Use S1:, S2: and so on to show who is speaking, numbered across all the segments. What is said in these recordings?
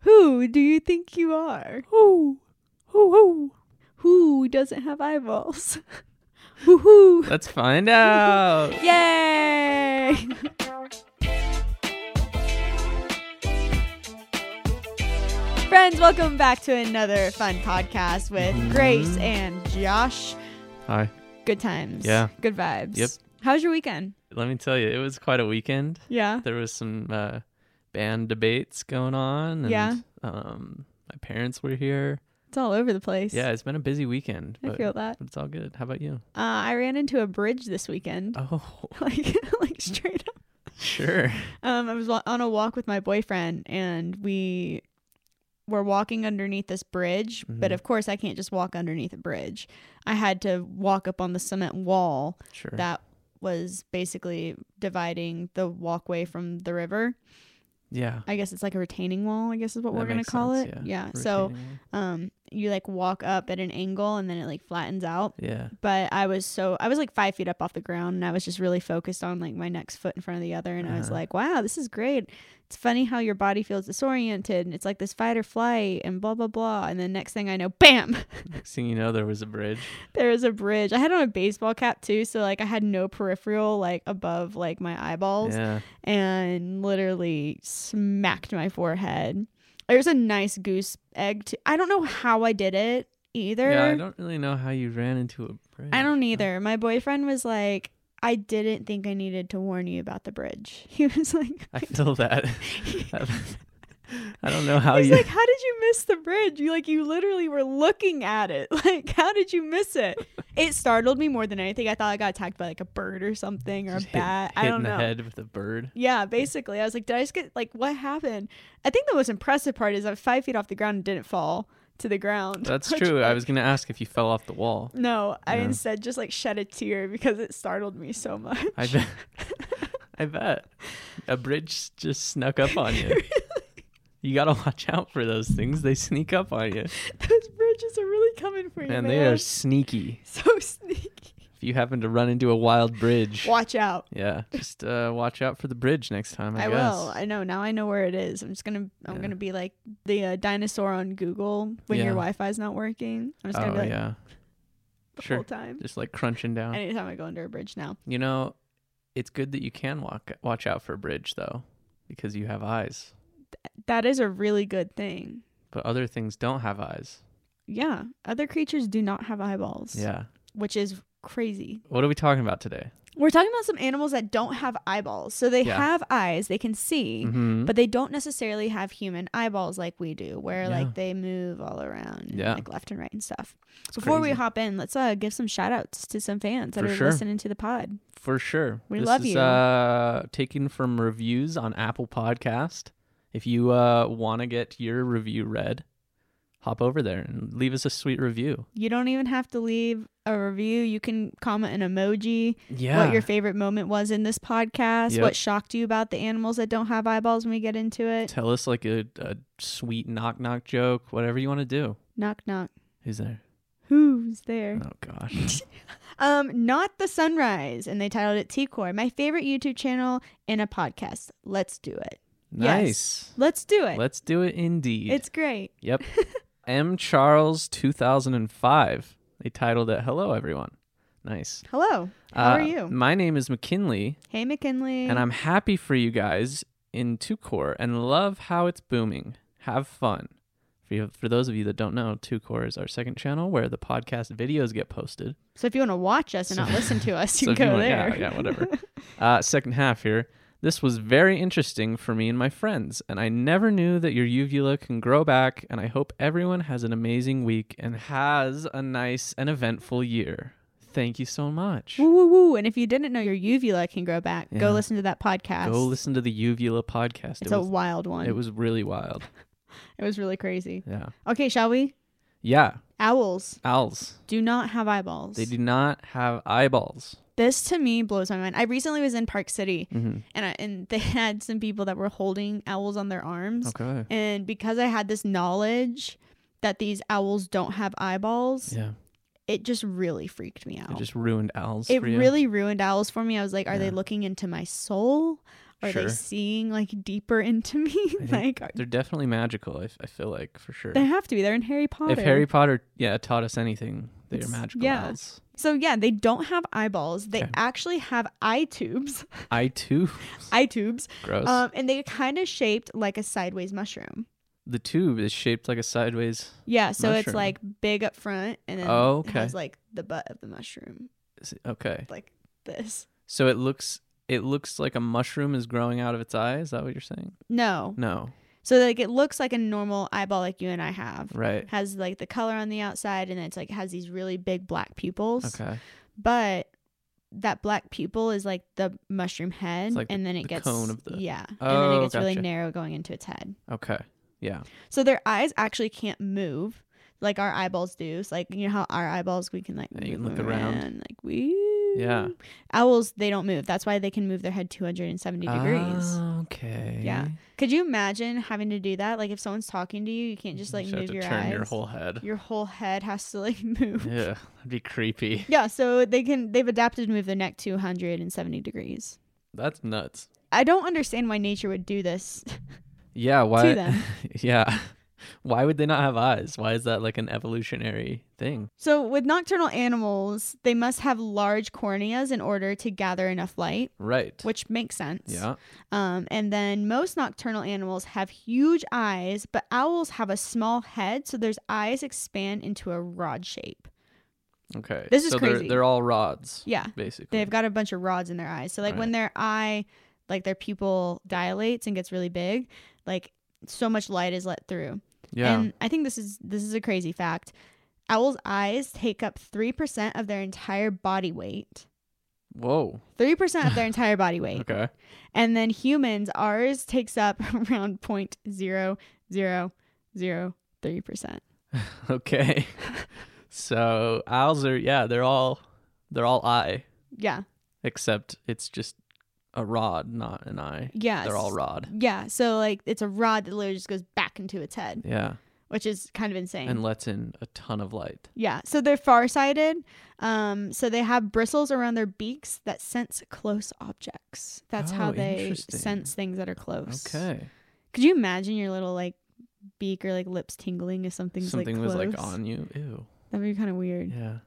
S1: Who do you think you are?
S2: Hoo, hoo, hoo.
S1: Who doesn't have eyeballs? Woo hoo!
S2: Let's find out.
S1: Yay! Friends, welcome back to another fun podcast with Grace and Josh.
S2: Hi.
S1: Good times.
S2: Yeah.
S1: Good vibes.
S2: Yep.
S1: How's your weekend?
S2: Let me tell you, it was quite a weekend.
S1: Yeah.
S2: There was some uh, band debates going on. And,
S1: Yeah.
S2: Um, my parents were here.
S1: It's all over the place.
S2: Yeah, it's been a busy weekend.
S1: I
S2: but
S1: feel that.
S2: It's all good. How about you?
S1: Uh, I ran into a bridge this weekend.
S2: Oh,
S1: Like, like straight up.
S2: sure.
S1: Um, I was wa- on a walk with my boyfriend, and we were walking underneath this bridge. But
S2: Mhm.
S1: of course, I can't just walk underneath a bridge. I had to walk up on the cement wall
S2: Sure.
S1: that was basically dividing the walkway from the river.
S2: yeah.
S1: I guess it's like a retaining wall. I guess is what
S2: That
S1: we're gonna
S2: makes
S1: call
S2: sense,
S1: it.
S2: Yeah.
S1: yeah. So,
S2: retaining wall.
S1: um, you like walk up at an angle, and then it like flattens out.
S2: Yeah.
S1: but I was so I was like five feet up off the ground and I was just really focused on like my next foot in front of the other and I was
S2: Uh-huh.
S1: like, wow, this is great. It's funny how your body feels disoriented and it's like this fight or flight and blah blah blah. And then next thing I know, bam,
S2: Next thing you know, there was a bridge.
S1: there is a bridge. I had on a baseball cap too, so like I had no peripheral like above like my eyeballs
S2: Yeah.
S1: and literally smacked my forehead. There's a nice goose egg too. I don't know how I did it either.
S2: Yeah. I don't really know how you ran into a bridge.
S1: I don't
S2: No.
S1: either. My boyfriend was like, I didn't think I needed to warn you about the bridge. He was like,
S2: I feel that. I don't know how
S1: he's
S2: you.
S1: like, how did you miss the bridge? You like, you literally were looking at it. Like, how did you miss it? It startled me more than anything. I thought I got attacked by like a bird or something or a
S2: Just hit-
S1: bat.
S2: hit
S1: I
S2: in
S1: don't
S2: the
S1: know.
S2: head with a bird.
S1: Yeah, basically, I was like, did I just get like what happened? I think the most impressive part is I'm five feet off the ground and didn't fall to the ground.
S2: That's
S1: Which,
S2: true. I
S1: like,
S2: was gonna ask if you fell off the wall.
S1: No, I
S2: Yeah.
S1: instead just like shed a tear because it startled me so much.
S2: I bet. I bet a bridge just snuck up on you. You gotta watch out for those things. They sneak up on you,
S1: Those bridges are really coming for you, man.
S2: and they are sneaky.
S1: so sneaky.
S2: If you happen to run into a wild bridge,
S1: Watch out!
S2: yeah, just uh, watch out for the bridge next time. I,
S1: I,
S2: guess.
S1: will. I know. Now I know where it is. I'm just gonna. I'm
S2: Yeah.
S1: gonna be like the uh, dinosaur on Google when your
S2: Yeah.
S1: Wi-Fi's not working. I'm just gonna
S2: oh
S1: be like
S2: yeah,
S1: the
S2: sure.
S1: whole time.
S2: just like crunching down.
S1: Anytime I go under a bridge now.
S2: You know, it's good that you can walk watch out for a bridge though, because you have eyes.
S1: That is a really good thing.
S2: But other things don't have eyes.
S1: Yeah. Other creatures do not have eyeballs.
S2: Yeah.
S1: Which is crazy.
S2: What are we talking about today?
S1: We're talking about some animals that don't have eyeballs. So they
S2: Yeah.
S1: have eyes. They can see.
S2: Mm-hmm.
S1: but they don't necessarily have human eyeballs like we do where
S2: Yeah.
S1: like they move all around and,
S2: Yeah.
S1: like left and right and stuff before we
S2: crazy.
S1: hop in let's uh give some shout outs to some fans that
S2: For
S1: are
S2: sure.
S1: listening to the pod
S2: For sure.
S1: We
S2: this
S1: love
S2: is,
S1: you.
S2: Uh, taken from reviews on Apple Podcast. If you uh, want to get your review read, hop over there and leave us a sweet review.
S1: you don't even have to leave a review you can comment an emoji
S2: Yeah.
S1: what your favorite moment was in this podcast
S2: Yep.
S1: what shocked you about the animals that don't have eyeballs when we get into it
S2: Tell us like a, a sweet knock knock joke, whatever you want to do.
S1: knock knock
S2: Who's there?
S1: who's there
S2: Oh gosh.
S1: Um, not the sunrise, and they titled it T Core, my favorite YouTube channel and a podcast. Let's do it.
S2: nice.
S1: Let's do it.
S2: Let's do it indeed.
S1: It's great.
S2: Yep. M. Charles 2005. They titled it Hello Everyone. Nice.
S1: Hello. How are
S2: Uh,
S1: you?
S2: My name is McKinley,
S1: Hey, McKinley.
S2: and I'm happy for you guys in TuCore and love how it's booming. Have fun. For, you, for those of you that don't know, TuCore is our second channel where the podcast videos get posted.
S1: so if you want to watch us and not listen to us, you
S2: so if
S1: can
S2: you
S1: go
S2: want-
S1: there.
S2: yeah, yeah, whatever. Uh, second half here. This was very interesting for me and my friends, and I never knew that your uvula can grow back. And I hope everyone has an amazing week and has a nice and eventful year. Thank you so much.
S1: woo woo woo. And if you didn't know your uvula can grow back,
S2: Yeah.
S1: go listen to that podcast.
S2: Go listen to the uvula podcast.
S1: it's
S2: it,
S1: a
S2: was,
S1: wild one.
S2: it was really wild.
S1: it was really crazy.
S2: Yeah.
S1: Okay, shall we?
S2: Yeah.
S1: Owls
S2: Owls.
S1: do not have eyeballs.
S2: They do not have eyeballs.
S1: This to me blows my mind. I recently was in Park City
S2: Mm-hmm.
S1: and I, and they had some people that were holding owls on their arms.
S2: Okay.
S1: And because I had this knowledge that these owls don't have eyeballs,
S2: Yeah.
S1: it just really freaked me out.
S2: It just ruined owls.
S1: it
S2: for you.
S1: really ruined owls for me. I was like, are they
S2: Yeah.
S1: looking into my soul? Are
S2: Sure.
S1: they seeing like deeper into me?
S2: think
S1: like are,
S2: They're definitely magical. I, f- I feel like for sure.
S1: they have to be. They're in Harry Potter.
S2: If Harry Potter, yeah, taught us anything, they are
S1: It's-
S2: magical
S1: yeah.
S2: owls.
S1: so yeah, they don't have eyeballs. They
S2: Okay.
S1: actually have eye tubes.
S2: I too.
S1: eye tubes.
S2: Gross.
S1: Um, and they kind of shaped like a sideways mushroom.
S2: the tube is shaped like a sideways.
S1: Yeah, so it's
S2: Mushroom.
S1: like big up front and then
S2: Oh,
S1: it
S2: okay.
S1: has like the butt of the mushroom
S2: is it- Okay,
S1: like this.
S2: so it looks it looks like a mushroom is growing out of its eye. Is that what you're saying?
S1: No.
S2: No,
S1: So like it looks like a normal eyeball like you and I have.
S2: right?
S1: Has like the color on the outside and it's like has these really big black pupils.
S2: Okay,
S1: But that black pupil is like the mushroom head
S2: It's like
S1: and then it
S2: the
S1: gets
S2: cone of the-
S1: Yeah. and then
S2: Oh,
S1: it gets really
S2: gotcha.
S1: narrow going into its head.
S2: okay, yeah,
S1: So their eyes actually can't move like our eyeballs do. So like you know how our eyeballs we can like
S2: Yeah, you can
S1: move
S2: look around.
S1: like we
S2: Yeah.
S1: Owls they don't move. That's why they can move their head 270 degrees.
S2: Ah, Okay,
S1: Yeah. Could you imagine having to do that? Like if someone's talking to you, you can't just like
S2: you
S1: move
S2: have to
S1: your
S2: turn
S1: eyes.
S2: your whole head.
S1: Your whole head has to like move. Yeah.
S2: Yeah, that'd be creepy.
S1: so they can they've adapted to move their neck 270 degrees.
S2: That's nuts.
S1: I don't understand why nature would do this.
S2: Yeah, why?
S1: them.
S2: yeah, why would they not have eyes? Why is that like an evolutionary thing?
S1: So with nocturnal animals, they must have large corneas in order to gather enough light.
S2: Right.
S1: which makes sense.
S2: Yeah.
S1: Um, and then most nocturnal animals have huge eyes, but owls have a small head, so their eyes expand into a rod shape.
S2: Okay.
S1: This is
S2: so
S1: crazy.
S2: They're, they're all rods,
S1: Yeah,
S2: basically.
S1: they've got a bunch of rods in their eyes. So like when their eye, like their pupil dilates and gets really big, like so much light is let through.
S2: yeah.
S1: And I think this is this is a crazy fact. Owls' eyes take up three percent of their entire body weight.
S2: Whoa.
S1: Three percent of their entire body weight.
S2: Okay.
S1: And then humans, ours takes up around point zero zero zero three percent.
S2: Okay. so owls are yeah, they're all they're all eye,
S1: Yeah.
S2: except it's just a rod, not an eye.
S1: Yeah.
S2: They're all rod.
S1: Yeah. So like it's a rod that literally just goes back into its head,
S2: Yeah.
S1: which is kind of insane.
S2: And lets in a ton of light.
S1: yeah. So they're farsighted. Um, so they have bristles around their beaks that sense close objects. That's how
S2: Oh,
S1: they
S2: interesting.
S1: sense things that are close.
S2: Okay.
S1: Could you imagine your little like beak or like lips tingling if something's
S2: Something
S1: like
S2: was
S1: close?
S2: like on you. Ew.
S1: That'd be kind of weird.
S2: Yeah.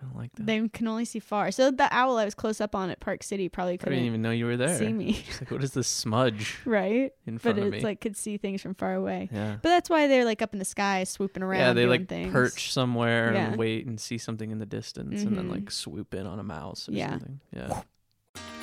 S2: I don't like that.
S1: They can only see far. So the owl I was close up on at Park City probably
S2: I didn't
S1: couldn't
S2: even know you were there.
S1: see me,
S2: It's like what is this smudge
S1: right?
S2: in front
S1: But
S2: of
S1: it's
S2: me?
S1: like could see things from far away.
S2: yeah.
S1: But that's why they're like up in the sky swooping around.
S2: yeah, they
S1: doing
S2: like
S1: things.
S2: perch somewhere
S1: Yeah.
S2: and wait and see something in the distance and then
S1: Mhm.
S2: like swoop in on a mouse or
S1: Yeah.
S2: something. Yeah.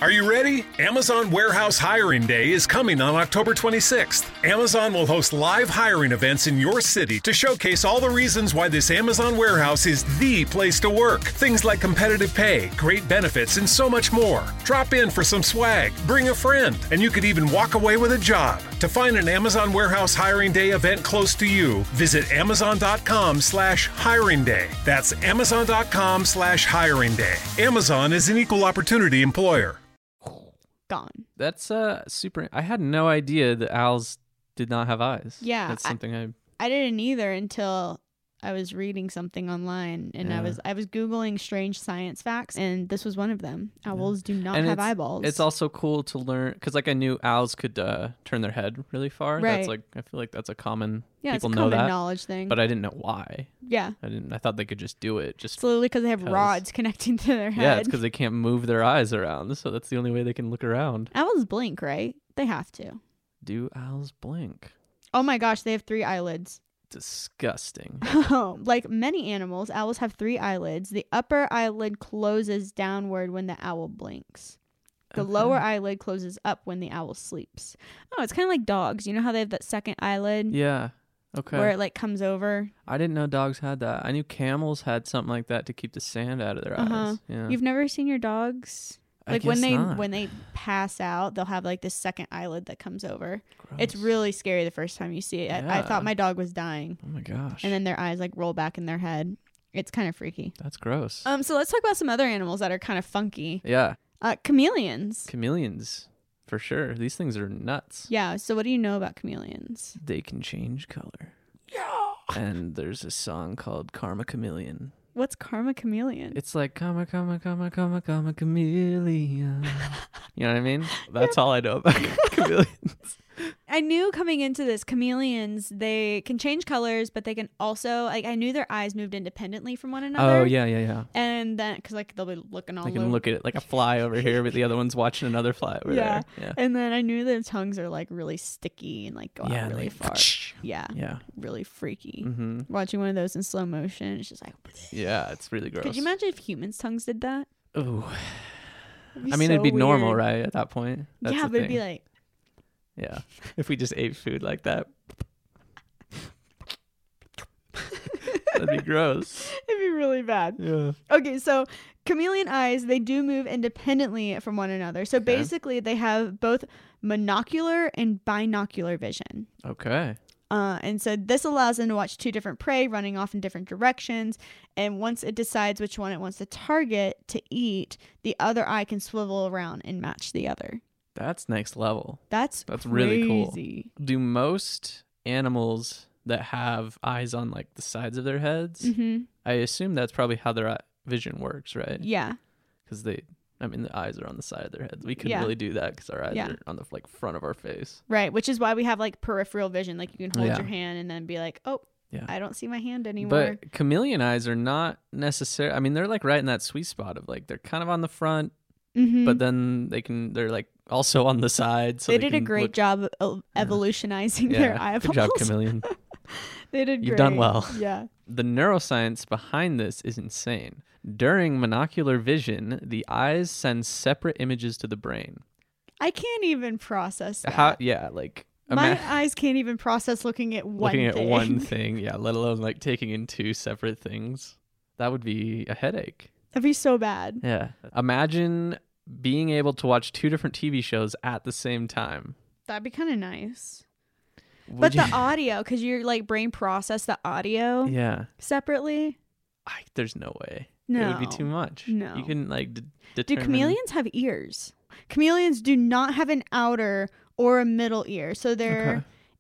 S3: Are you ready? Amazon Warehouse Hiring Day is coming on October 26th. Amazon will host live hiring events in your city to showcase all the reasons why this Amazon warehouse is the place to work. Things like competitive pay, great benefits, and so much more. Drop in for some swag, bring a friend, and you could even walk away with a job. To find an Amazon Warehouse Hiring Day event close to you, visit amazon.com slash hiring day. That's amazon.com slash hiring day. Amazon is an equal opportunity employer.
S1: gone.
S2: That's uh super. I had no idea that owls did not have eyes.
S1: Yeah,
S2: that's
S1: I-
S2: something I.
S1: I didn't either until I was reading something online and I
S2: Yeah.
S1: was I was googling strange science facts and this was one of them. Owls do not
S2: And
S1: have
S2: it's-
S1: eyeballs.
S2: It's also cool to learn because, like, I knew owls could uh, turn their head really far.
S1: Right.
S2: That's like I feel like that's a common.
S1: yeah,
S2: people
S1: it's a
S2: know
S1: common
S2: that,
S1: knowledge thing.
S2: but I didn't know why.
S1: yeah,
S2: I didn't. I thought they could just do it. Just
S1: it's literally because they have
S2: 'Cause-
S1: rods connecting to their
S2: yeah, it's
S1: head.
S2: because they can't move their eyes around, so that's the only way they can look around.
S1: Owls blink, right? They have to.
S2: Do owls blink?
S1: Oh my gosh, they have three eyelids. Um,
S2: Disgusting.
S1: like many animals, owls have three eyelids. The upper eyelid closes downward when the owl blinks. The
S2: Okay.
S1: lower eyelid closes up when the owl sleeps. Oh, it's kind of like dogs. You know how they have that second eyelid
S2: Yeah. Okay.
S1: where it like comes over.
S2: I didn't know dogs had that. I knew camels had something like that to keep the sand out of their
S1: Uh-huh.
S2: eyes. Yeah.
S1: You've never seen your dogs
S2: I
S1: like when
S2: guess
S1: they
S2: not.
S1: when they pass out, they'll have like this second eyelid that comes over. It's
S2: Gross.
S1: really scary the first time you see it. I, I
S2: Oh, Yeah.
S1: thought my dog was dying,
S2: Oh my gosh.
S1: and then their eyes like roll back in their head. It's kind of freaky.
S2: That's gross.
S1: Um, so let's talk about some other animals that are kind of funky.
S2: yeah,
S1: Uh, chameleons.
S2: chameleons for sure. These things are nuts.
S1: Yeah. So, what do you know about chameleons?
S2: They can change color. Yeah. And there's a song called "Karma Chameleon"
S1: What's Karma Chameleon?
S2: It's like comma comma comma comma comma chameleon. you know what I mean? That's all I know about chameleons.
S1: I knew coming into this, chameleons, they can change colors, but they can also, like, I knew their eyes moved independently from one another.
S2: Oh yeah, yeah, yeah.
S1: And then, because, like, they'll be looking all
S2: They
S1: over.
S2: can look at it like a fly over here, but the other one's watching another fly over
S1: Yeah.
S2: there.
S1: And then I knew their tongues are, like, really sticky and, like, go
S2: Yeah. Yeah.
S1: out
S2: and
S1: really
S2: they-
S1: far. yeah.
S2: Yeah.
S1: Really freaky.
S2: Mm-hmm.
S1: Watching one of those in slow motion, it's just like,
S2: Yeah, it's really gross.
S1: could you imagine if humans' tongues did that?
S2: Ooh.
S1: It'd be
S2: I mean, it'd
S1: so
S2: be normal,
S1: weird.
S2: right? At that point. That's
S1: yeah,
S2: the
S1: but it'd be
S2: thing.
S1: like,
S2: Yeah. If we just ate food like that. That'd be gross.
S1: it'd be really bad.
S2: Yeah.
S1: Okay, so chameleon eyes, they do move independently from one another. So basically, they have both monocular and binocular vision.
S2: Okay.
S1: Uh, and so this allows them to watch two different prey running off in different directions. And once it decides which one it wants to target to eat, the other eye can swivel around and match the other.
S2: That's next level.
S1: That's
S2: That's really cool.
S1: crazy.
S2: Do most animals that have eyes on like the sides of their heads?
S1: Mhm.
S2: I assume that's probably how their eye- vision works, right?
S1: Yeah,
S2: Because they, I mean, the eyes are on the side of their heads. We couldn't
S1: Yeah.
S2: really do that because our eyes
S1: Yeah.
S2: are on the like front of our face.
S1: right. Which is why we have like peripheral vision. Like you can hold
S2: Yeah.
S1: your hand and then be like, oh,
S2: Yeah.
S1: I don't see my hand anymore.
S2: But chameleon eyes are not necessarily. I mean, they're like right in that sweet spot of like they're kind of on the front,
S1: Mhm.
S2: but then they can. They're like also on the side. So
S1: they,
S2: they,
S1: did a
S2: can
S1: great
S2: look-
S1: job of evolutionizing
S2: Yeah.
S1: their eyeballs.
S2: Good job, chameleon.
S1: They did.
S2: You've done
S1: great.
S2: well.
S1: Yeah.
S2: The neuroscience behind this is insane. During monocular vision, the eyes send separate images to the brain.
S1: I can't even process that.
S2: How, yeah, like
S1: My
S2: ima-
S1: eyes can't even process looking at one
S2: looking
S1: thing.
S2: at one thing, yeah, let alone like taking in two separate things. That would be a headache.
S1: That'd be so bad.
S2: Yeah. Imagine being able to watch two different TV shows at the same time.
S1: That'd be kind of nice.
S2: Would
S1: but
S2: you-
S1: the audio, because your like brain process the audio
S2: yeah,
S1: separately.
S2: I, there's no way. It
S1: No.
S2: would be too much.
S1: No.
S2: You couldn't like d-
S1: Do
S2: determine.
S1: chameleons have ears? Chameleons do not have an outer or a middle ear, so there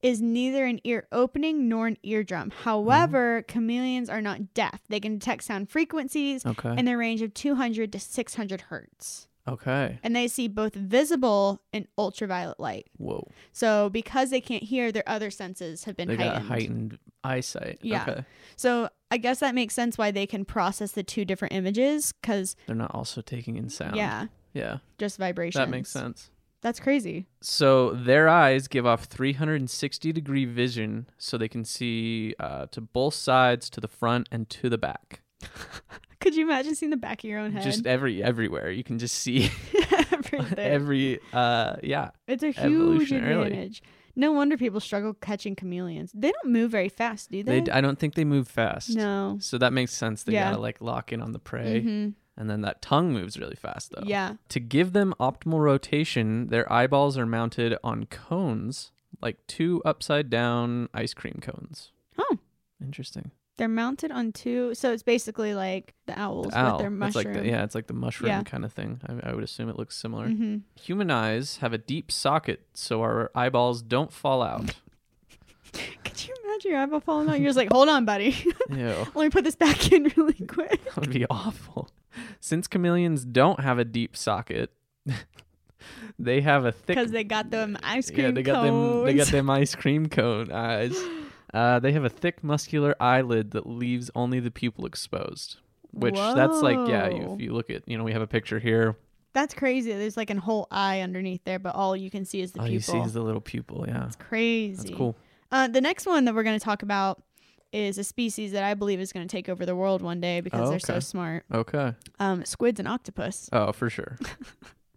S2: Okay.
S1: is neither an ear opening nor an eardrum. However,
S2: Mm-hmm.
S1: chameleons are not deaf. They can detect sound frequencies
S2: Okay.
S1: in the range of 200 to 600 hertz.
S2: okay.
S1: And they see both visible and ultraviolet light.
S2: Whoa.
S1: So, because they can't hear, their other senses have been
S2: They got
S1: heightened.
S2: heightened eyesight.
S1: Yeah.
S2: Okay.
S1: So, I guess that makes sense why they can process the two different images because,
S2: They're not also taking in sound.
S1: yeah,
S2: Yeah.
S1: just vibrations.
S2: That makes sense.
S1: That's crazy.
S2: So their eyes give off 360 degree vision, so they can see uh, to both sides, to the front, and to the back.
S1: Could you imagine seeing the back of your own head?
S2: Just every everywhere you can just see
S1: Everything.
S2: every uh yeah
S1: it's a huge
S2: evolutionarily.
S1: advantage. No wonder people struggle catching chameleons. They don't move very fast, do
S2: they
S1: they?
S2: d- I don't think they move fast.
S1: no.
S2: So that makes sense. They
S1: Yeah.
S2: gotta like lock in on the prey,
S1: Mhm.
S2: and then that tongue moves really fast though.
S1: Yeah.
S2: To give them optimal rotation, their eyeballs are mounted on cones, like two upside down ice cream cones.
S1: Oh.
S2: Interesting.
S1: They're mounted on two. So it's basically like the owls
S2: Owl.
S1: with their
S2: It's
S1: mushroom.
S2: like the, yeah, it's like the mushroom
S1: Yeah.
S2: kind of thing. I, I would assume it looks similar.
S1: hmm
S2: Human eyes have a deep socket, so our eyeballs don't fall out.
S1: Could you imagine your eyeball falling out? You're just like, hold on, buddy.
S2: Ew,
S1: Let me put this back in really quick.
S2: that would be awful. Since chameleons don't have a deep socket, they have a thick.
S1: Because they got them ice cream.
S2: yeah, they got them. They got
S1: cones.
S2: them ice cream cone eyes. Uh, they have a thick, muscular eyelid that leaves only the pupil exposed. Which that's like yeah, you,
S1: Whoa.
S2: if you look at you know we have a picture here.
S1: That's crazy. There's like an whole eye underneath there, but all you can see is the
S2: all
S1: pupil.
S2: Oh, you see is the little pupil. Yeah,
S1: it's crazy.
S2: that's cool.
S1: Uh, the next one that we're going to talk about is a species that I believe is going to take over the world one day because
S2: Oh,
S1: they're so
S2: okay.
S1: smart.
S2: Okay.
S1: Um, squids and octopus.
S2: Oh, for sure.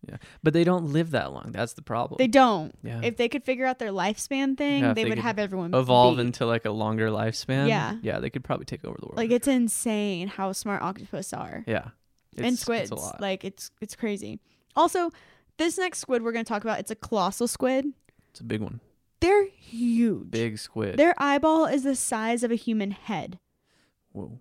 S2: yeah, but they don't live that long. That's the problem.
S1: They don't.
S2: yeah.
S1: If they could figure out their lifespan thing,
S2: Yeah, if
S1: they,
S2: they
S1: would
S2: could
S1: have everyone
S2: evolve
S1: beat.
S2: into like a longer lifespan.
S1: Yeah.
S2: yeah, they could probably take over the world.
S1: like it's insane how smart octopus are
S2: yeah, it's,
S1: and
S2: it's
S1: squids.
S2: a lot.
S1: Like it's it's crazy. Also, this next squid we're going to talk about it's a colossal squid.
S2: it's a big one,
S1: They're huge.
S2: big squid.
S1: Their eyeball is the size of a human head.
S2: Whoa.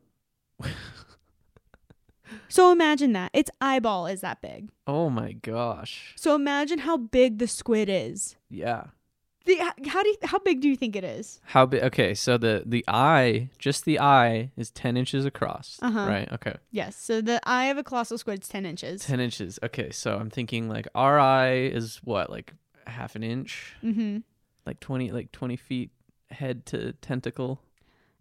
S1: So imagine that. Its eyeball is that big.
S2: Oh my gosh.
S1: So imagine how big the squid is.
S2: Yeah.
S1: The how do you, how big do you think it is?
S2: How big? Okay, so the the eye, just the eye, is ten inches across,
S1: Uh-huh.
S2: right? Okay,
S1: Yes. So the eye of a colossal squid's ten inches.
S2: ten inches. Okay, so I'm thinking like our eye is what, like half an inch,
S1: Mm-hmm.
S2: like twenty, like twenty feet head to tentacle.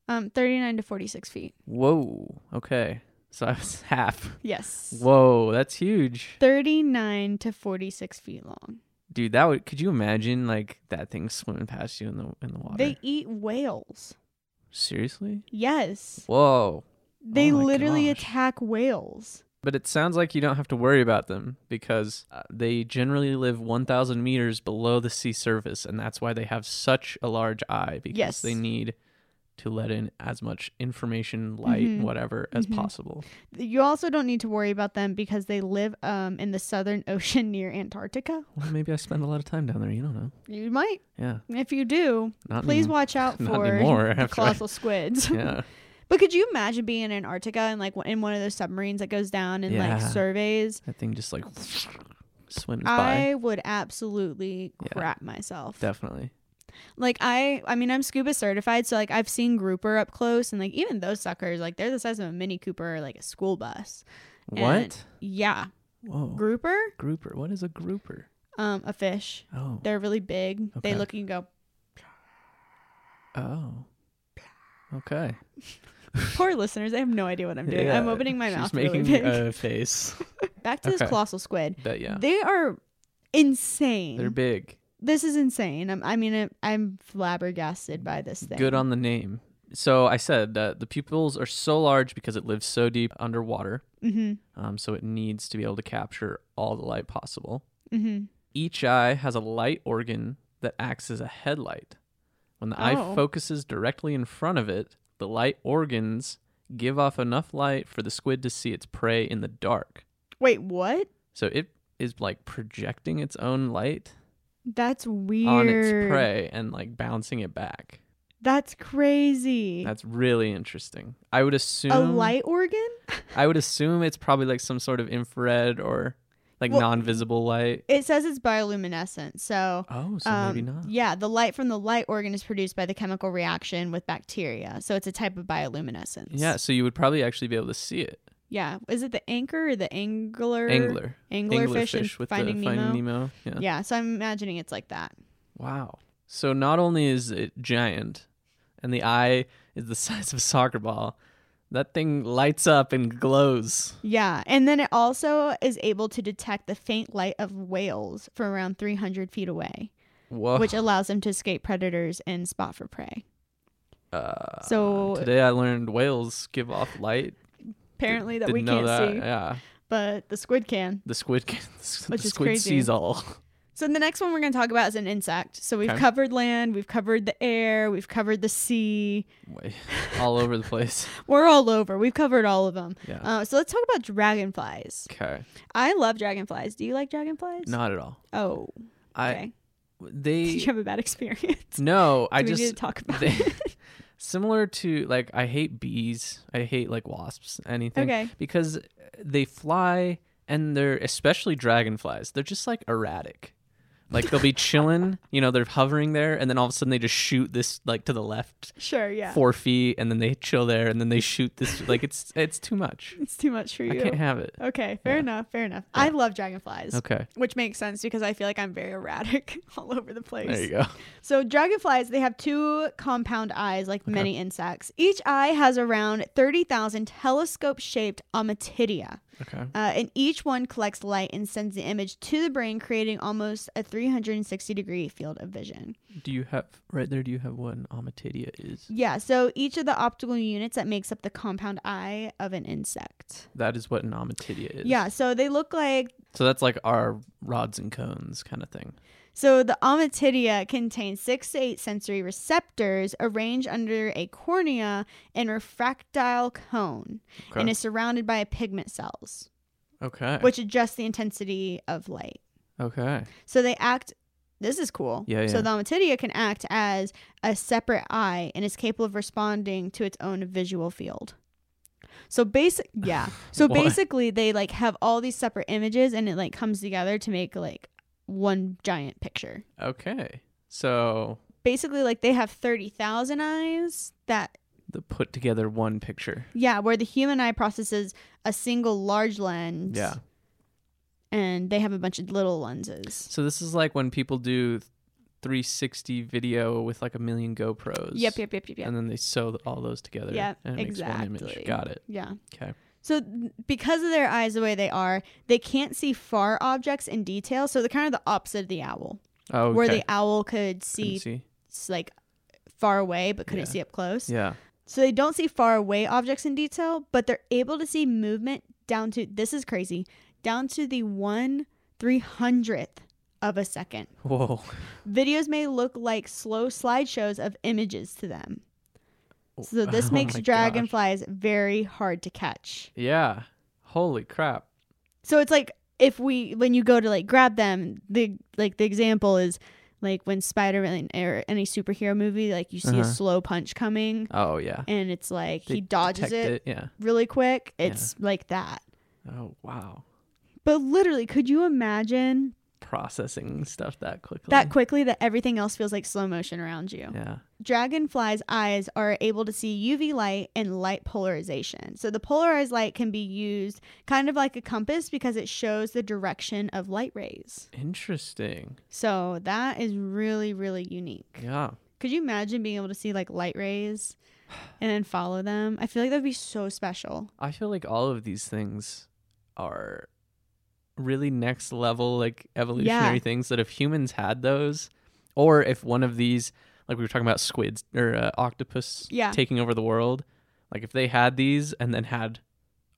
S1: Um, thirty-nine to forty-six feet.
S2: Whoa. Okay, so I was half.
S1: Yes.
S2: Whoa, that's huge,
S1: Thirty-nine to forty-six feet long.
S2: dude. That would. Could you imagine like that thing swimming past you in the in the water?
S1: They eat whales.
S2: Seriously?
S1: Yes.
S2: Whoa.
S1: They
S2: Oh my
S1: literally
S2: gosh.
S1: attack whales.
S2: But it sounds like you don't have to worry about them because uh, they generally live 1,000 meters below the sea surface, and that's why they have such a large eye because
S1: Yes.
S2: they need to let in as much information, light,
S1: Mhm.
S2: whatever, as
S1: Mhm.
S2: possible.
S1: You also don't need to worry about them because they live um in the southern ocean near Antarctica.
S2: Well, maybe I spend a lot of time down there. You don't know.
S1: You might,
S2: Yeah.
S1: if you do,
S2: Not
S1: please
S2: anymore.
S1: watch out
S2: Not
S1: for
S2: anymore,
S1: the
S2: after I-
S1: colossal squids.
S2: Yeah.
S1: But could you imagine being in Antarctica and like in one of those submarines that goes down and
S2: Yeah.
S1: like surveys?
S2: That thing just like swims by.
S1: I would absolutely
S2: Yeah.
S1: crap myself.
S2: Definitely.
S1: Like I, I mean, I'm scuba certified, so like I've seen grouper up close, and like even those suckers, like they're the size of a Mini Cooper, or, like a school bus. And-
S2: What?
S1: Yeah,
S2: Whoa.
S1: grouper,
S2: Grouper. What is a grouper?
S1: um, a fish.
S2: Oh.
S1: They're really big.
S2: Okay.
S1: They look and go,
S2: Oh. Okay.
S1: poor listeners, they have no idea what I'm doing. I'm
S2: Yeah,
S1: opening my
S2: she's
S1: mouth
S2: making
S1: really big.
S2: a face.
S1: Back to
S2: okay.
S1: this colossal squid.
S2: But yeah.
S1: They are insane.
S2: They're big.
S1: this is insane. I'm, I mean, I'm, I'm flabbergasted by this thing.
S2: Good on the name. So I said that the pupils are so large because it lives so deep underwater.
S1: hmm
S2: Um, so it needs to be able to capture all the light possible.
S1: hmm
S2: Each eye has a light organ that acts as a headlight. When the eye
S1: Oh.
S2: focuses directly in front of it, the light organs give off enough light for the squid to see its prey in the dark.
S1: Wait, what?
S2: So it is like projecting its own light
S1: That's weird.
S2: on its prey and like bouncing it back.
S1: That's crazy.
S2: That's really interesting. I would assume
S1: a light organ?
S2: I would assume it's probably like some sort of infrared or like
S1: Well-
S2: non-visible light.
S1: It says it's bioluminescent, so.
S2: Oh, so
S1: um,
S2: maybe not.
S1: Yeah, the light from the light organ is produced by the chemical reaction with bacteria, so it's a type of bioluminescence.
S2: Yeah, so you would probably actually be able to see it.
S1: Yeah. Is it the anchor or the angler?
S2: Angler,
S1: Angler, fish, and
S2: with
S1: finding,
S2: the
S1: Nemo?
S2: Finding Nemo. Yeah.
S1: Yeah. so I'm imagining it's like that.
S2: Wow. So not only is it giant, and the eye is the size of a soccer ball, that thing lights up and glows.
S1: Yeah, and then it also is able to detect the faint light of whales from around 300 feet away,
S2: Whoa.
S1: which allows them to escape predators and spot for prey.
S2: uh,
S1: so-
S2: today I learned whales give off light.
S1: Apparently, that
S2: Didn't
S1: we
S2: know
S1: can't
S2: that.
S1: see,
S2: Yeah.
S1: but the squid can.
S2: The squid, can, the
S1: Which is
S2: squid
S1: crazy.
S2: sees all.
S1: So the next one we're going to talk about is an insect. So we've
S2: Okay.
S1: covered land, we've covered the air, we've covered the sea.
S2: Wait, all over the place.
S1: We're all over. We've covered all of them.
S2: Yeah.
S1: Uh, so let's talk about dragonflies.
S2: Okay.
S1: I love dragonflies. Do you like dragonflies?
S2: Not at all.
S1: Oh,
S2: I
S1: okay. Did you
S2: they
S1: have a bad experience?
S2: no. I
S1: Do we need to
S2: just
S1: talk about
S2: they-
S1: it?
S2: similar to like I hate bees. I hate like wasps. Anything.
S1: Okay.
S2: Because they fly and they're especially dragonflies. They're just like erratic. Like they'll be chilling. You know, they're hovering there, and then all of a sudden they just shoot this like to the left
S1: Sure, yeah.
S2: four feet, and then they chill there, and then they shoot this. Like it's it's too much.
S1: It's too much for
S2: I can't
S1: you.
S2: have it.
S1: Okay, fair enough, fair enough. I love dragonflies,
S2: Okay.
S1: which makes sense because I feel like I'm very erratic all over the place.
S2: There you go.
S1: So dragonflies, they have two compound eyes like many insects. Each eye has around 30,000 telescope-shaped ommatidia.
S2: Okay.
S1: Uh, and each one collects light and sends the image to the brain, creating almost a 360 degree field of vision.
S2: Do you have right there? Do you have what an omatidia is?
S1: Yeah, so each of the optical units that makes up the compound eye of an insect.
S2: That is what an omatidia is.
S1: Yeah, so they look like
S2: So that's like our rods and cones kind of thing.
S1: So the ommatidia contains six to eight sensory receptors arranged under a cornea and refractile cone,
S2: Okay.
S1: and is surrounded by pigment cells,
S2: okay.
S1: which adjust the intensity of light.
S2: okay.
S1: So they act. This is cool.
S2: Yeah, yeah.
S1: So the ommatidia can act as a separate eye and is capable of responding to its own visual field. So basic, yeah. So
S2: What?
S1: basically, they like have all these separate images, and it like comes together to make like one giant picture.
S2: Okay. So
S1: Basically, like they have 30,000 eyes that,
S2: the put together one picture.
S1: yeah, where the human eye processes a single large lens.
S2: Yeah.
S1: And they have a bunch of little lenses.
S2: So this is like when people do 360 video with like a million GoPros.
S1: Yep, yep, yep, yep, yep.
S2: And then they sew all those together.
S1: Yep,
S2: and it Makes one
S1: exactly.
S2: image. Got it.
S1: Yeah.
S2: Okay.
S1: So th- because of their eyes the way they are, they can't see far objects in detail. So they're kind of the opposite of the owl,
S2: Oh, okay.
S1: where the owl could
S2: Couldn't
S1: see, s- like far away but couldn't
S2: Yeah.
S1: see up close.
S2: Yeah.
S1: So they don't see far away objects in detail, but they're able to see movement down to this is crazy, down to the one three hundredth of a second.
S2: Whoa.
S1: Videos may look like slow slideshows of images to them. So this
S2: Oh
S1: makes
S2: my gosh.
S1: dragonflies very hard to catch.
S2: Yeah. Holy crap.
S1: So it's like if we when you go to like grab them, the like the example is like when Spider Man or any superhero movie, like you see a
S2: Uh-huh.
S1: slow punch coming
S2: Oh yeah.
S1: and it's like
S2: They
S1: he dodges
S2: detect
S1: it,
S2: Yeah.
S1: really quick.
S2: Yeah.
S1: It's like that.
S2: Oh wow.
S1: But literally, could you imagine
S2: Processing stuff that quickly.
S1: that quickly that everything else feels like slow motion around you?
S2: Yeah.
S1: Dragonflies' eyes are able to see UV light and light polarization. So the polarized light can be used kind of like a compass because it shows the direction of light rays.
S2: Interesting.
S1: So that is really, really unique.
S2: Yeah.
S1: Could you imagine being able to see like light rays and then follow them? I feel like that would be so special.
S2: I feel like all of these things are really next level like evolutionary things that if humans had those or if one of these like we were talking about squids or uh, octopus
S1: Yeah.
S2: taking over the world like if they had these and then had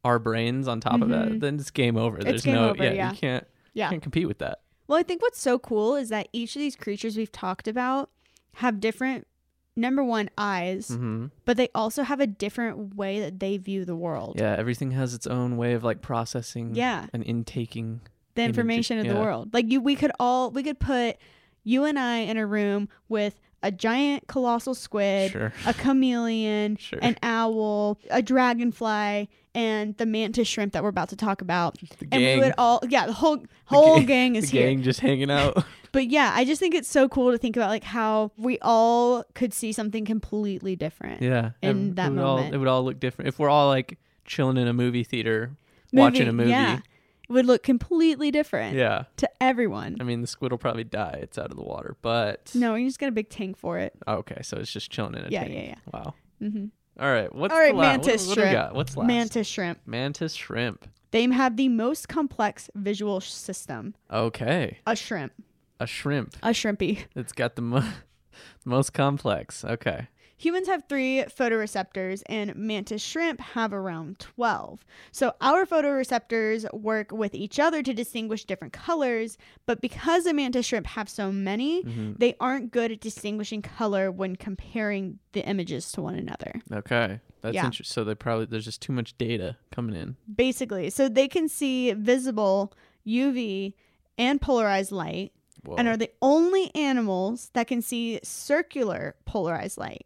S2: our brains on top of
S1: Mhm.
S2: that then it's game over there's
S1: game
S2: no
S1: over, yeah.
S2: you can't
S1: Yeah.
S2: can't compete with that
S1: Well, I think what's so cool is that each of these creatures we've talked about have different, number one, eyes,
S2: hmm
S1: but they also have a different way that they view the world.
S2: yeah everything has its own way of like processing
S1: Yeah.
S2: and intaking
S1: the
S2: Images,
S1: information of the
S2: yeah.
S1: world. Like you, we could all we could put you and I in a room with a giant colossal squid,
S2: sure
S1: a chameleon,
S2: Sure.
S1: an owl, a dragonfly, and the mantis shrimp that we're about to talk about.
S2: the
S1: And
S2: gang
S1: we would all yeah, the whole whole
S2: gang-
S1: gang, is
S2: the
S1: here.
S2: gang just hanging out
S1: But yeah, I just think it's so cool to think about like how we all could see something completely different.
S2: Yeah.
S1: in
S2: ev-
S1: that
S2: it would
S1: moment.
S2: All, it would all look different. If we're all like chilling in a movie theater
S1: Movie-
S2: watching a movie.
S1: Yeah. It would look completely different
S2: yeah.
S1: to everyone.
S2: I mean, the squid will probably die. It's out of the water. But. Oh,
S1: No, you just got a big tank for it.
S2: okay. So it's just chilling in a
S1: Yeah,
S2: tank.
S1: yeah, yeah.
S2: Wow.
S1: hmm
S2: All right. What's
S1: All right,
S2: the la-
S1: mantis
S2: what, what do we
S1: shrimp.
S2: got? What's last?
S1: Mantis shrimp.
S2: Mantis shrimp.
S1: They have the most complex visual system.
S2: Okay.
S1: A shrimp.
S2: A shrimp.
S1: A shrimpy.
S2: It's got the mo- most complex. Okay.
S1: Humans have three photoreceptors, and mantis shrimp have around 12. So, our photoreceptors work with each other to distinguish different colors, but because the mantis shrimp have so many,
S2: Mhm.
S1: they aren't good at distinguishing color when comparing the images to one another.
S2: Okay. That's
S1: Yeah.
S2: interesting. So they probably there's just too much data coming in.
S1: Basically, so they can see visible, UV, and polarized light,
S2: Whoa.
S1: and are the only animals that can see circular polarized light.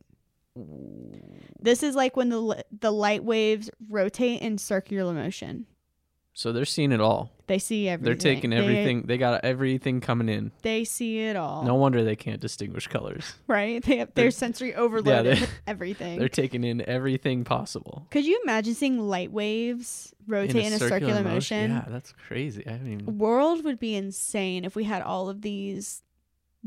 S1: This is like when the li- the light waves rotate in circular motion.
S2: so they're seeing it all.
S1: They see everything.
S2: They're taking
S1: They-
S2: everything. they got everything coming in.
S1: They, see it all.
S2: No wonder they can't distinguish colors.
S1: right? They have their
S2: They're-
S1: sensory overload
S2: they-
S1: with everything.
S2: They're taking in everything possible.
S1: Could you imagine seeing light waves rotate in a, circular, motion?
S2: Yeah, that's crazy. I haven't even.
S1: World would be insane if we had all of these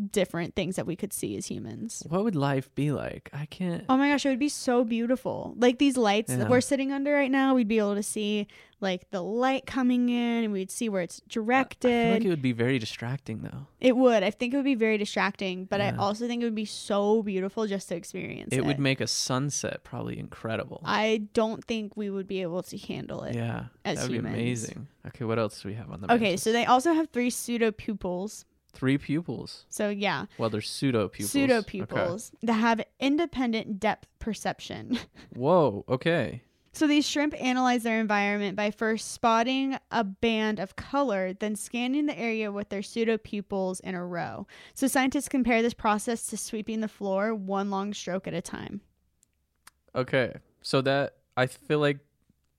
S1: different things that we could see as humans.
S2: What would life be like? I can't.
S1: Oh my gosh, it would be so beautiful. Like these lights that
S2: Yeah.
S1: we're sitting under right now, we'd be able to see like the light coming in and we'd see where it's directed.
S2: I feel like
S1: it,
S2: it would be very distracting, though.
S1: would. I think it would be very distracting, but I
S2: Yeah.
S1: also think it would be so beautiful just to experience it.
S2: It would make a sunset probably incredible.
S1: I don't think we would be able to handle it.
S2: yeah,
S1: as
S2: that would be
S1: humans.
S2: amazing. Okay, what else do we have on the?
S1: Okay,
S2: mantis?
S1: so they also have three pseudopupils.
S2: three pupils.
S1: So yeah,
S2: Well, they're pseudo pupils.
S1: pseudo pupils that have independent depth perception.
S2: Whoa. Okay.
S1: So these shrimp analyze their environment by first spotting a band of color, then scanning the area with their pseudopupils in a row. So scientists compare this process to sweeping the floor one long stroke at a time.
S2: Okay. So that I feel like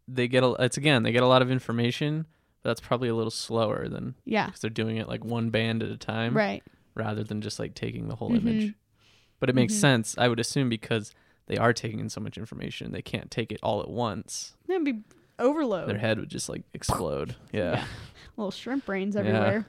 S2: they get a. It's again they get a lot of information. But that's probably a little slower than
S1: Yeah.
S2: because they're doing it like one band at a time.
S1: Right.
S2: rather than just like taking the whole
S1: Mhm.
S2: image. But it makes
S1: Mhm.
S2: sense, I would assume, because they are taking in so much information, they can't take it all at once.
S1: That'd be
S2: Their
S1: overload.
S2: head would just like explode. Yeah.
S1: Little shrimp brains
S2: Yeah.
S1: everywhere.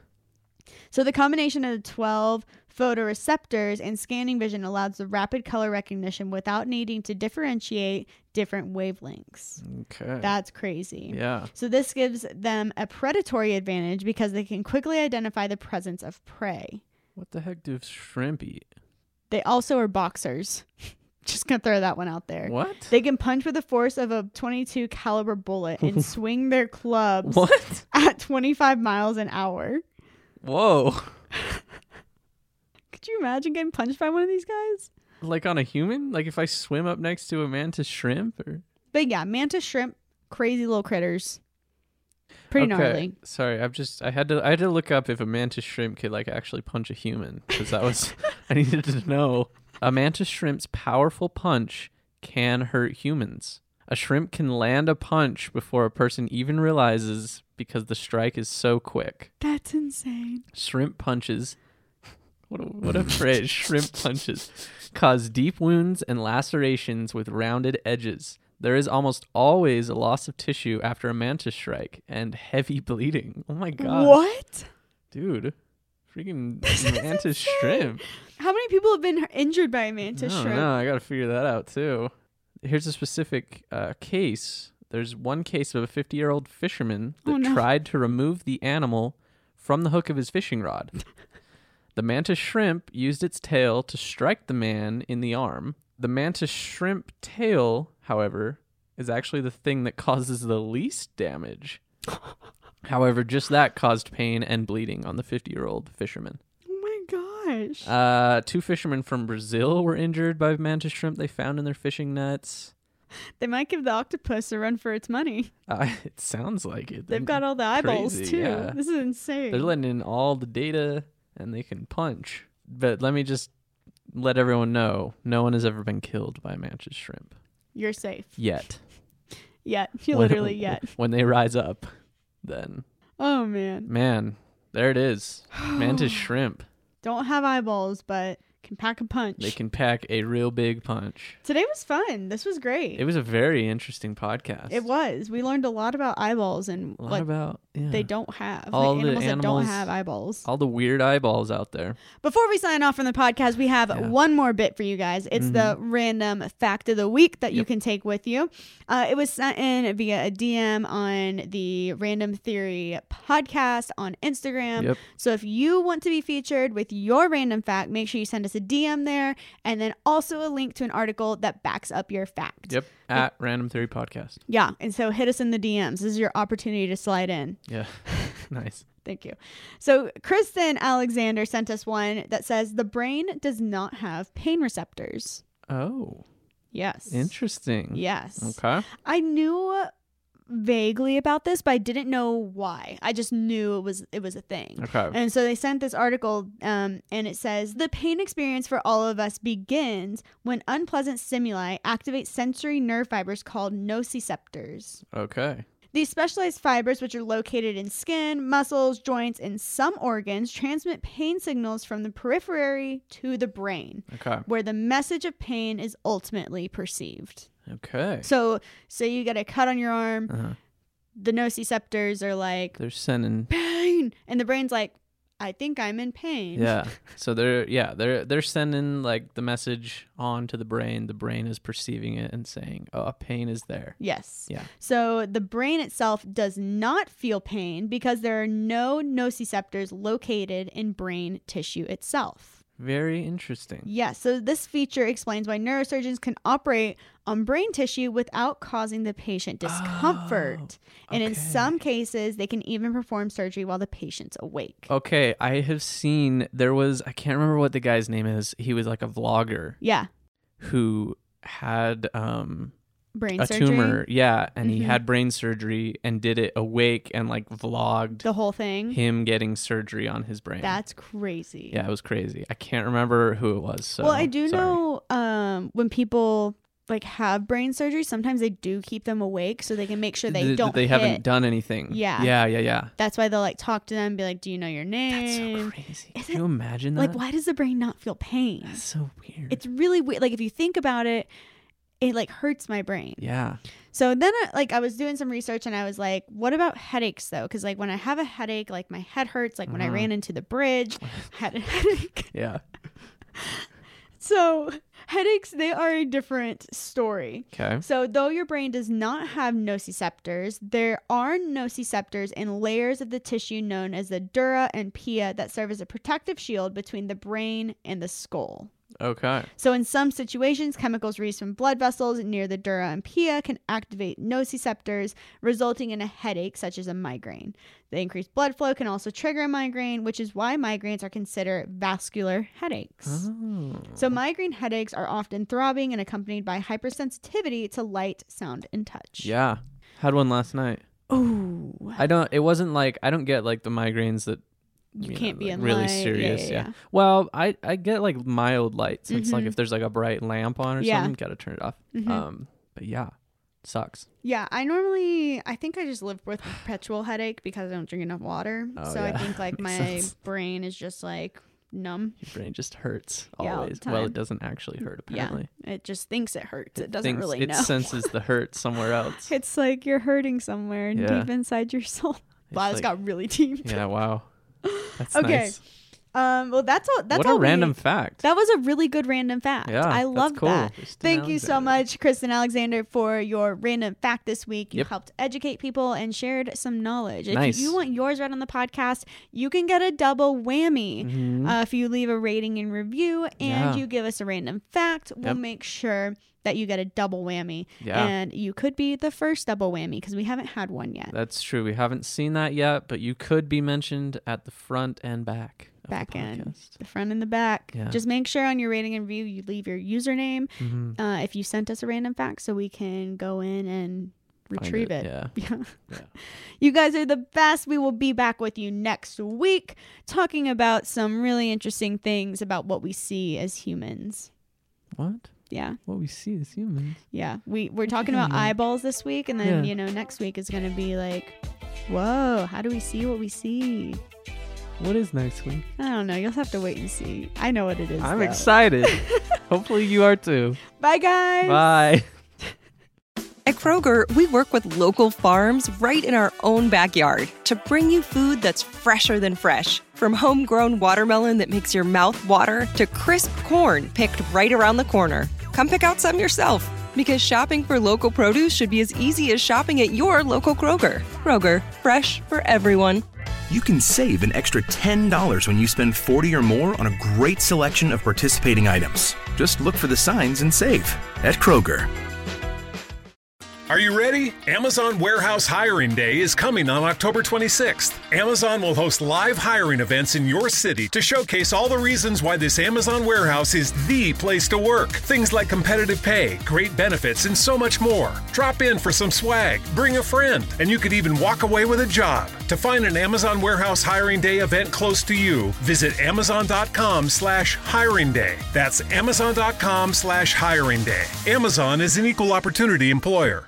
S1: So the combination of the 12 photoreceptors and scanning vision allows the rapid color recognition without needing to differentiate different wavelengths.
S2: Okay.
S1: That's crazy.
S2: yeah.
S1: So this gives them a predatory advantage because they can quickly identify the presence of prey.
S2: What the heck do shrimp eat?
S1: They also are boxers. Just gonna throw that one out there.
S2: What?
S1: They can punch with the force of a 22 caliber bullet and swing their clubs
S2: what?
S1: at 25 miles an hour.
S2: Whoa.
S1: Could you imagine getting punched by one of these guys?
S2: Like on a human? Like if I swim up next to a mantis shrimp or
S1: But yeah, mantis shrimp, crazy little critters. Pretty
S2: Okay,
S1: gnarly.
S2: Sorry, I've just I had to I had to look up if a mantis shrimp could like actually punch a human because that was I needed to know. A mantis shrimp's powerful punch can hurt humans. A shrimp can land a punch before a person even realizes because the strike is so quick.
S1: That's insane.
S2: Shrimp punches. What a, what a phrase. Shrimp punches cause deep wounds and lacerations with rounded edges. There is almost always a loss of tissue after a mantis strike and heavy bleeding. Oh my god.
S1: What?
S2: Dude. Freaking
S1: This is
S2: mantis
S1: insane.
S2: shrimp.
S1: How many people have been injured by a mantis
S2: No,
S1: shrimp?
S2: no, I gotta figure that out too. Here's a specific uh, case. There's one case of a 50 year old fisherman that
S1: Oh, no.
S2: tried to remove the animal from the hook of his fishing rod. the mantis shrimp used its tail to strike the man in the arm. The mantis shrimp tail, however, is actually the thing that causes the least damage. however, just that caused pain and bleeding on the 50 year old fisherman.
S1: Oh my gosh.
S2: Uh, two fishermen from Brazil were injured by mantis shrimp they found in their fishing nets.
S1: They might give the octopus a run for its money.
S2: Uh, it sounds like it.
S1: They've got all the eyeballs
S2: crazy,
S1: too.
S2: yeah.
S1: This is insane.
S2: They're letting in all the data, and they can punch. But let me just let everyone know: no one has ever been killed by mantis shrimp
S1: You're safe.
S2: yet.
S1: Yet. You
S2: When-
S1: literally yet.
S2: When they rise up, then
S1: Oh man.
S2: man, there it is. Mantis shrimp.
S1: Don't have eyeballs, but can pack a punch.
S2: They can pack a real big punch.
S1: Today was fun. This was great.
S2: It was a very interesting podcast.
S1: It was. We learned a lot about eyeballs and
S2: A lot
S1: what
S2: about yeah,
S1: they don't have.
S2: All the
S1: like animals, that don't
S2: animals-
S1: have eyeballs.
S2: all the weird eyeballs out there.
S1: Before we sign off from the podcast, we have
S2: Yeah. Mm-hmm.
S1: one more bit for you guys. It's the random fact of the week that you
S2: Yep.
S1: can take with you. Uh, it was sent in via a DM on the Random Theory podcast on Instagram.
S2: Yep.
S1: So if you want to be featured with your random fact, make sure you send us a DM there and then also a link to an article that backs up your fact.
S2: Yep. At Random Theory Podcast.
S1: Yeah. And so hit us in the DMs. This is your opportunity to slide in.
S2: Yeah. nice.
S1: Thank you. So, Kristen Alexander sent us one that says the brain does not have pain receptors.
S2: Oh,
S1: Yes.
S2: interesting.
S1: Yes.
S2: Okay.
S1: I knew vaguely about this, but I didn't know why. I just knew it was it was a thing.
S2: Okay.
S1: And so they sent this article, um, and it says the pain experience for all of us begins when unpleasant stimuli activate sensory nerve fibers called nociceptors.
S2: okay.
S1: These specialized fibers, which are located in skin, muscles, joints, and some organs, transmit pain signals from the periphery to the brain,
S2: Okay.
S1: where the message of pain is ultimately perceived.
S2: Okay.
S1: So, say you get a cut on your arm,
S2: Uh-huh.
S1: the nociceptors are like,
S2: They're sending.
S1: pain, and the brain's like, I think I'm in pain.
S2: Yeah. So they're yeah they're they're sending like the message on to the brain. The brain is perceiving it and saying, "Oh, pain is there."
S1: Yes.
S2: Yeah.
S1: So the brain itself does not feel pain because there are no nociceptors located in brain tissue itself.
S2: Very interesting.
S1: Yes, so this feature explains why neurosurgeons can operate on brain tissue without causing the patient discomfort. And in
S2: Oh, okay.
S1: some cases, they can even perform surgery while the patient's awake.
S2: Okay, I have seen there was I can't remember what the guy's name is. He was like a vlogger
S1: Yeah,
S2: who had um
S1: brain
S2: a
S1: surgery.
S2: tumor, yeah, and he
S1: Mhm.
S2: had brain surgery and did it awake and like vlogged
S1: The whole thing.
S2: him getting surgery on his brain.
S1: That's crazy.
S2: yeah, it was crazy. I can't remember who it was. So
S1: well, I do
S2: sorry.
S1: know um, when people like have brain surgery, sometimes they do keep them awake so they can make sure they
S2: Th-
S1: don't.
S2: They
S1: hit.
S2: haven't done anything.
S1: Yeah.
S2: Yeah. Yeah. Yeah.
S1: That's why they'll like talk to them, and be like, "Do you know your
S2: That's
S1: name?"
S2: so crazy.
S1: Is
S2: Can you imagine that?
S1: like, why does the brain not feel pain?
S2: That's so weird.
S1: It's really weird. Like if you think about it, it like hurts my brain.
S2: yeah.
S1: So then, I, like, I was doing some research and I was like, what about headaches though? Because, like, when I have a headache, like, my head hurts. Like, when I
S2: Mhm.
S1: ran into the bridge, I had a headache.
S2: Yeah.
S1: So, headaches, they are a different story.
S2: Okay.
S1: So, though your brain does not have nociceptors, there are nociceptors in layers of the tissue known as the dura and pia that serve as a protective shield between the brain and the skull.
S2: Okay.
S1: So, in some situations, chemicals released from blood vessels near the dura and pia can activate nociceptors, resulting in a headache, such as a migraine. The increased blood flow can also trigger a migraine, which is why migraines are considered vascular headaches.
S2: Oh.
S1: So, migraine headaches are often throbbing and accompanied by hypersensitivity to light, sound, and touch.
S2: Yeah. Had one last night.
S1: Ooh.
S2: I don't. It wasn't like I don't get like the migraines that
S1: You
S2: know,
S1: can't be
S2: like,
S1: in
S2: really
S1: light. Yeah,
S2: serious.
S1: yeah, yeah.
S2: Well, I I get like mild lights. It's like
S1: Mhm.
S2: if there's like a bright lamp on or
S1: Yeah.
S2: something, gotta turn it off.
S1: Mhm.
S2: Um. But yeah, sucks.
S1: Yeah, I normally I think I just live with perpetual headache because I don't drink enough water.
S2: Oh,
S1: so
S2: yeah.
S1: I think like
S2: Makes
S1: my
S2: sense.
S1: brain is just like numb.
S2: Your brain just hurts
S1: Yeah, all the
S2: always. well,
S1: time.
S2: it doesn't actually hurt apparently.
S1: It just thinks it hurts. It, doesn't
S2: Thinks-
S1: really
S2: it
S1: know.
S2: senses the hurt somewhere else.
S1: it's like you're hurting somewhere
S2: Yeah.
S1: deep inside your soul.
S2: It's
S1: wow, this
S2: like-
S1: got really deep.
S2: Yeah. Wow. That's
S1: Okay,
S2: nice.
S1: Um well that's all that's
S2: what
S1: all
S2: a
S1: we-
S2: random fact.
S1: That was a really good random fact.
S2: yeah.
S1: I
S2: that's
S1: love
S2: cool.
S1: that.
S2: Kristen
S1: Thank you so
S2: Alexander.
S1: much, Kristen Alexander, for your random fact this week. You
S2: Yep.
S1: helped educate people and shared some knowledge.
S2: Nice.
S1: If you want yours read on the podcast, you can get a double whammy
S2: Mhm.
S1: uh, if you leave a rating and review and
S2: Yeah.
S1: you give us a random fact. We'll
S2: Yep.
S1: make sure that you get a double whammy.
S2: Yeah.
S1: And you could be the first double whammy because we haven't had one yet.
S2: That's true. We haven't seen that yet, but you could be mentioned at the front and back. Of
S1: Back
S2: the
S1: end.
S2: podcast.
S1: the front and the back.
S2: Yeah.
S1: Just make sure on your rating and review you leave your username
S2: Mhm.
S1: uh, if you sent us a random fact so we can go in and
S2: Find
S1: retrieve it.
S2: Yeah.
S1: Yeah.
S2: Yeah.
S1: You guys are the best. We will be back with you next week talking about some really interesting things about what we see as humans.
S2: What?
S1: Yeah.
S2: What we see as humans.
S1: Yeah. We we're talking about eyeballs this week and then,
S2: Yeah.
S1: you know, next week is going to be like, "Whoa, how do we see what we see?"
S2: What is next week?
S1: I don't know. You'll have to wait and see. I know what it is.
S2: I'm
S1: though.
S2: excited. Hopefully you are too.
S1: Bye guys.
S2: Bye.
S4: At Kroger, we work with local farms right in our own backyard to bring you food that's fresher than fresh. From homegrown watermelon that makes your mouth water to crisp corn picked right around the corner. Come pick out some yourself because shopping for local produce should be as easy as shopping at your local Kroger. Kroger, fresh for everyone.
S5: You can save an extra $10 when you spend 40 or more on a great selection of participating items. Just look for the signs and save at Kroger.
S3: Are you ready? Amazon Warehouse Hiring Day is coming on October 26th. Amazon will host live hiring events in your city to showcase all the reasons why this Amazon warehouse is the place to work. Things like competitive pay, great benefits, and so much more. Drop in for some swag, bring a friend, and you could even walk away with a job. To find an Amazon Warehouse Hiring Day event close to you, visit amazon.com slash hiring day. That's amazon.com slash hiring day. Amazon is an equal opportunity employer.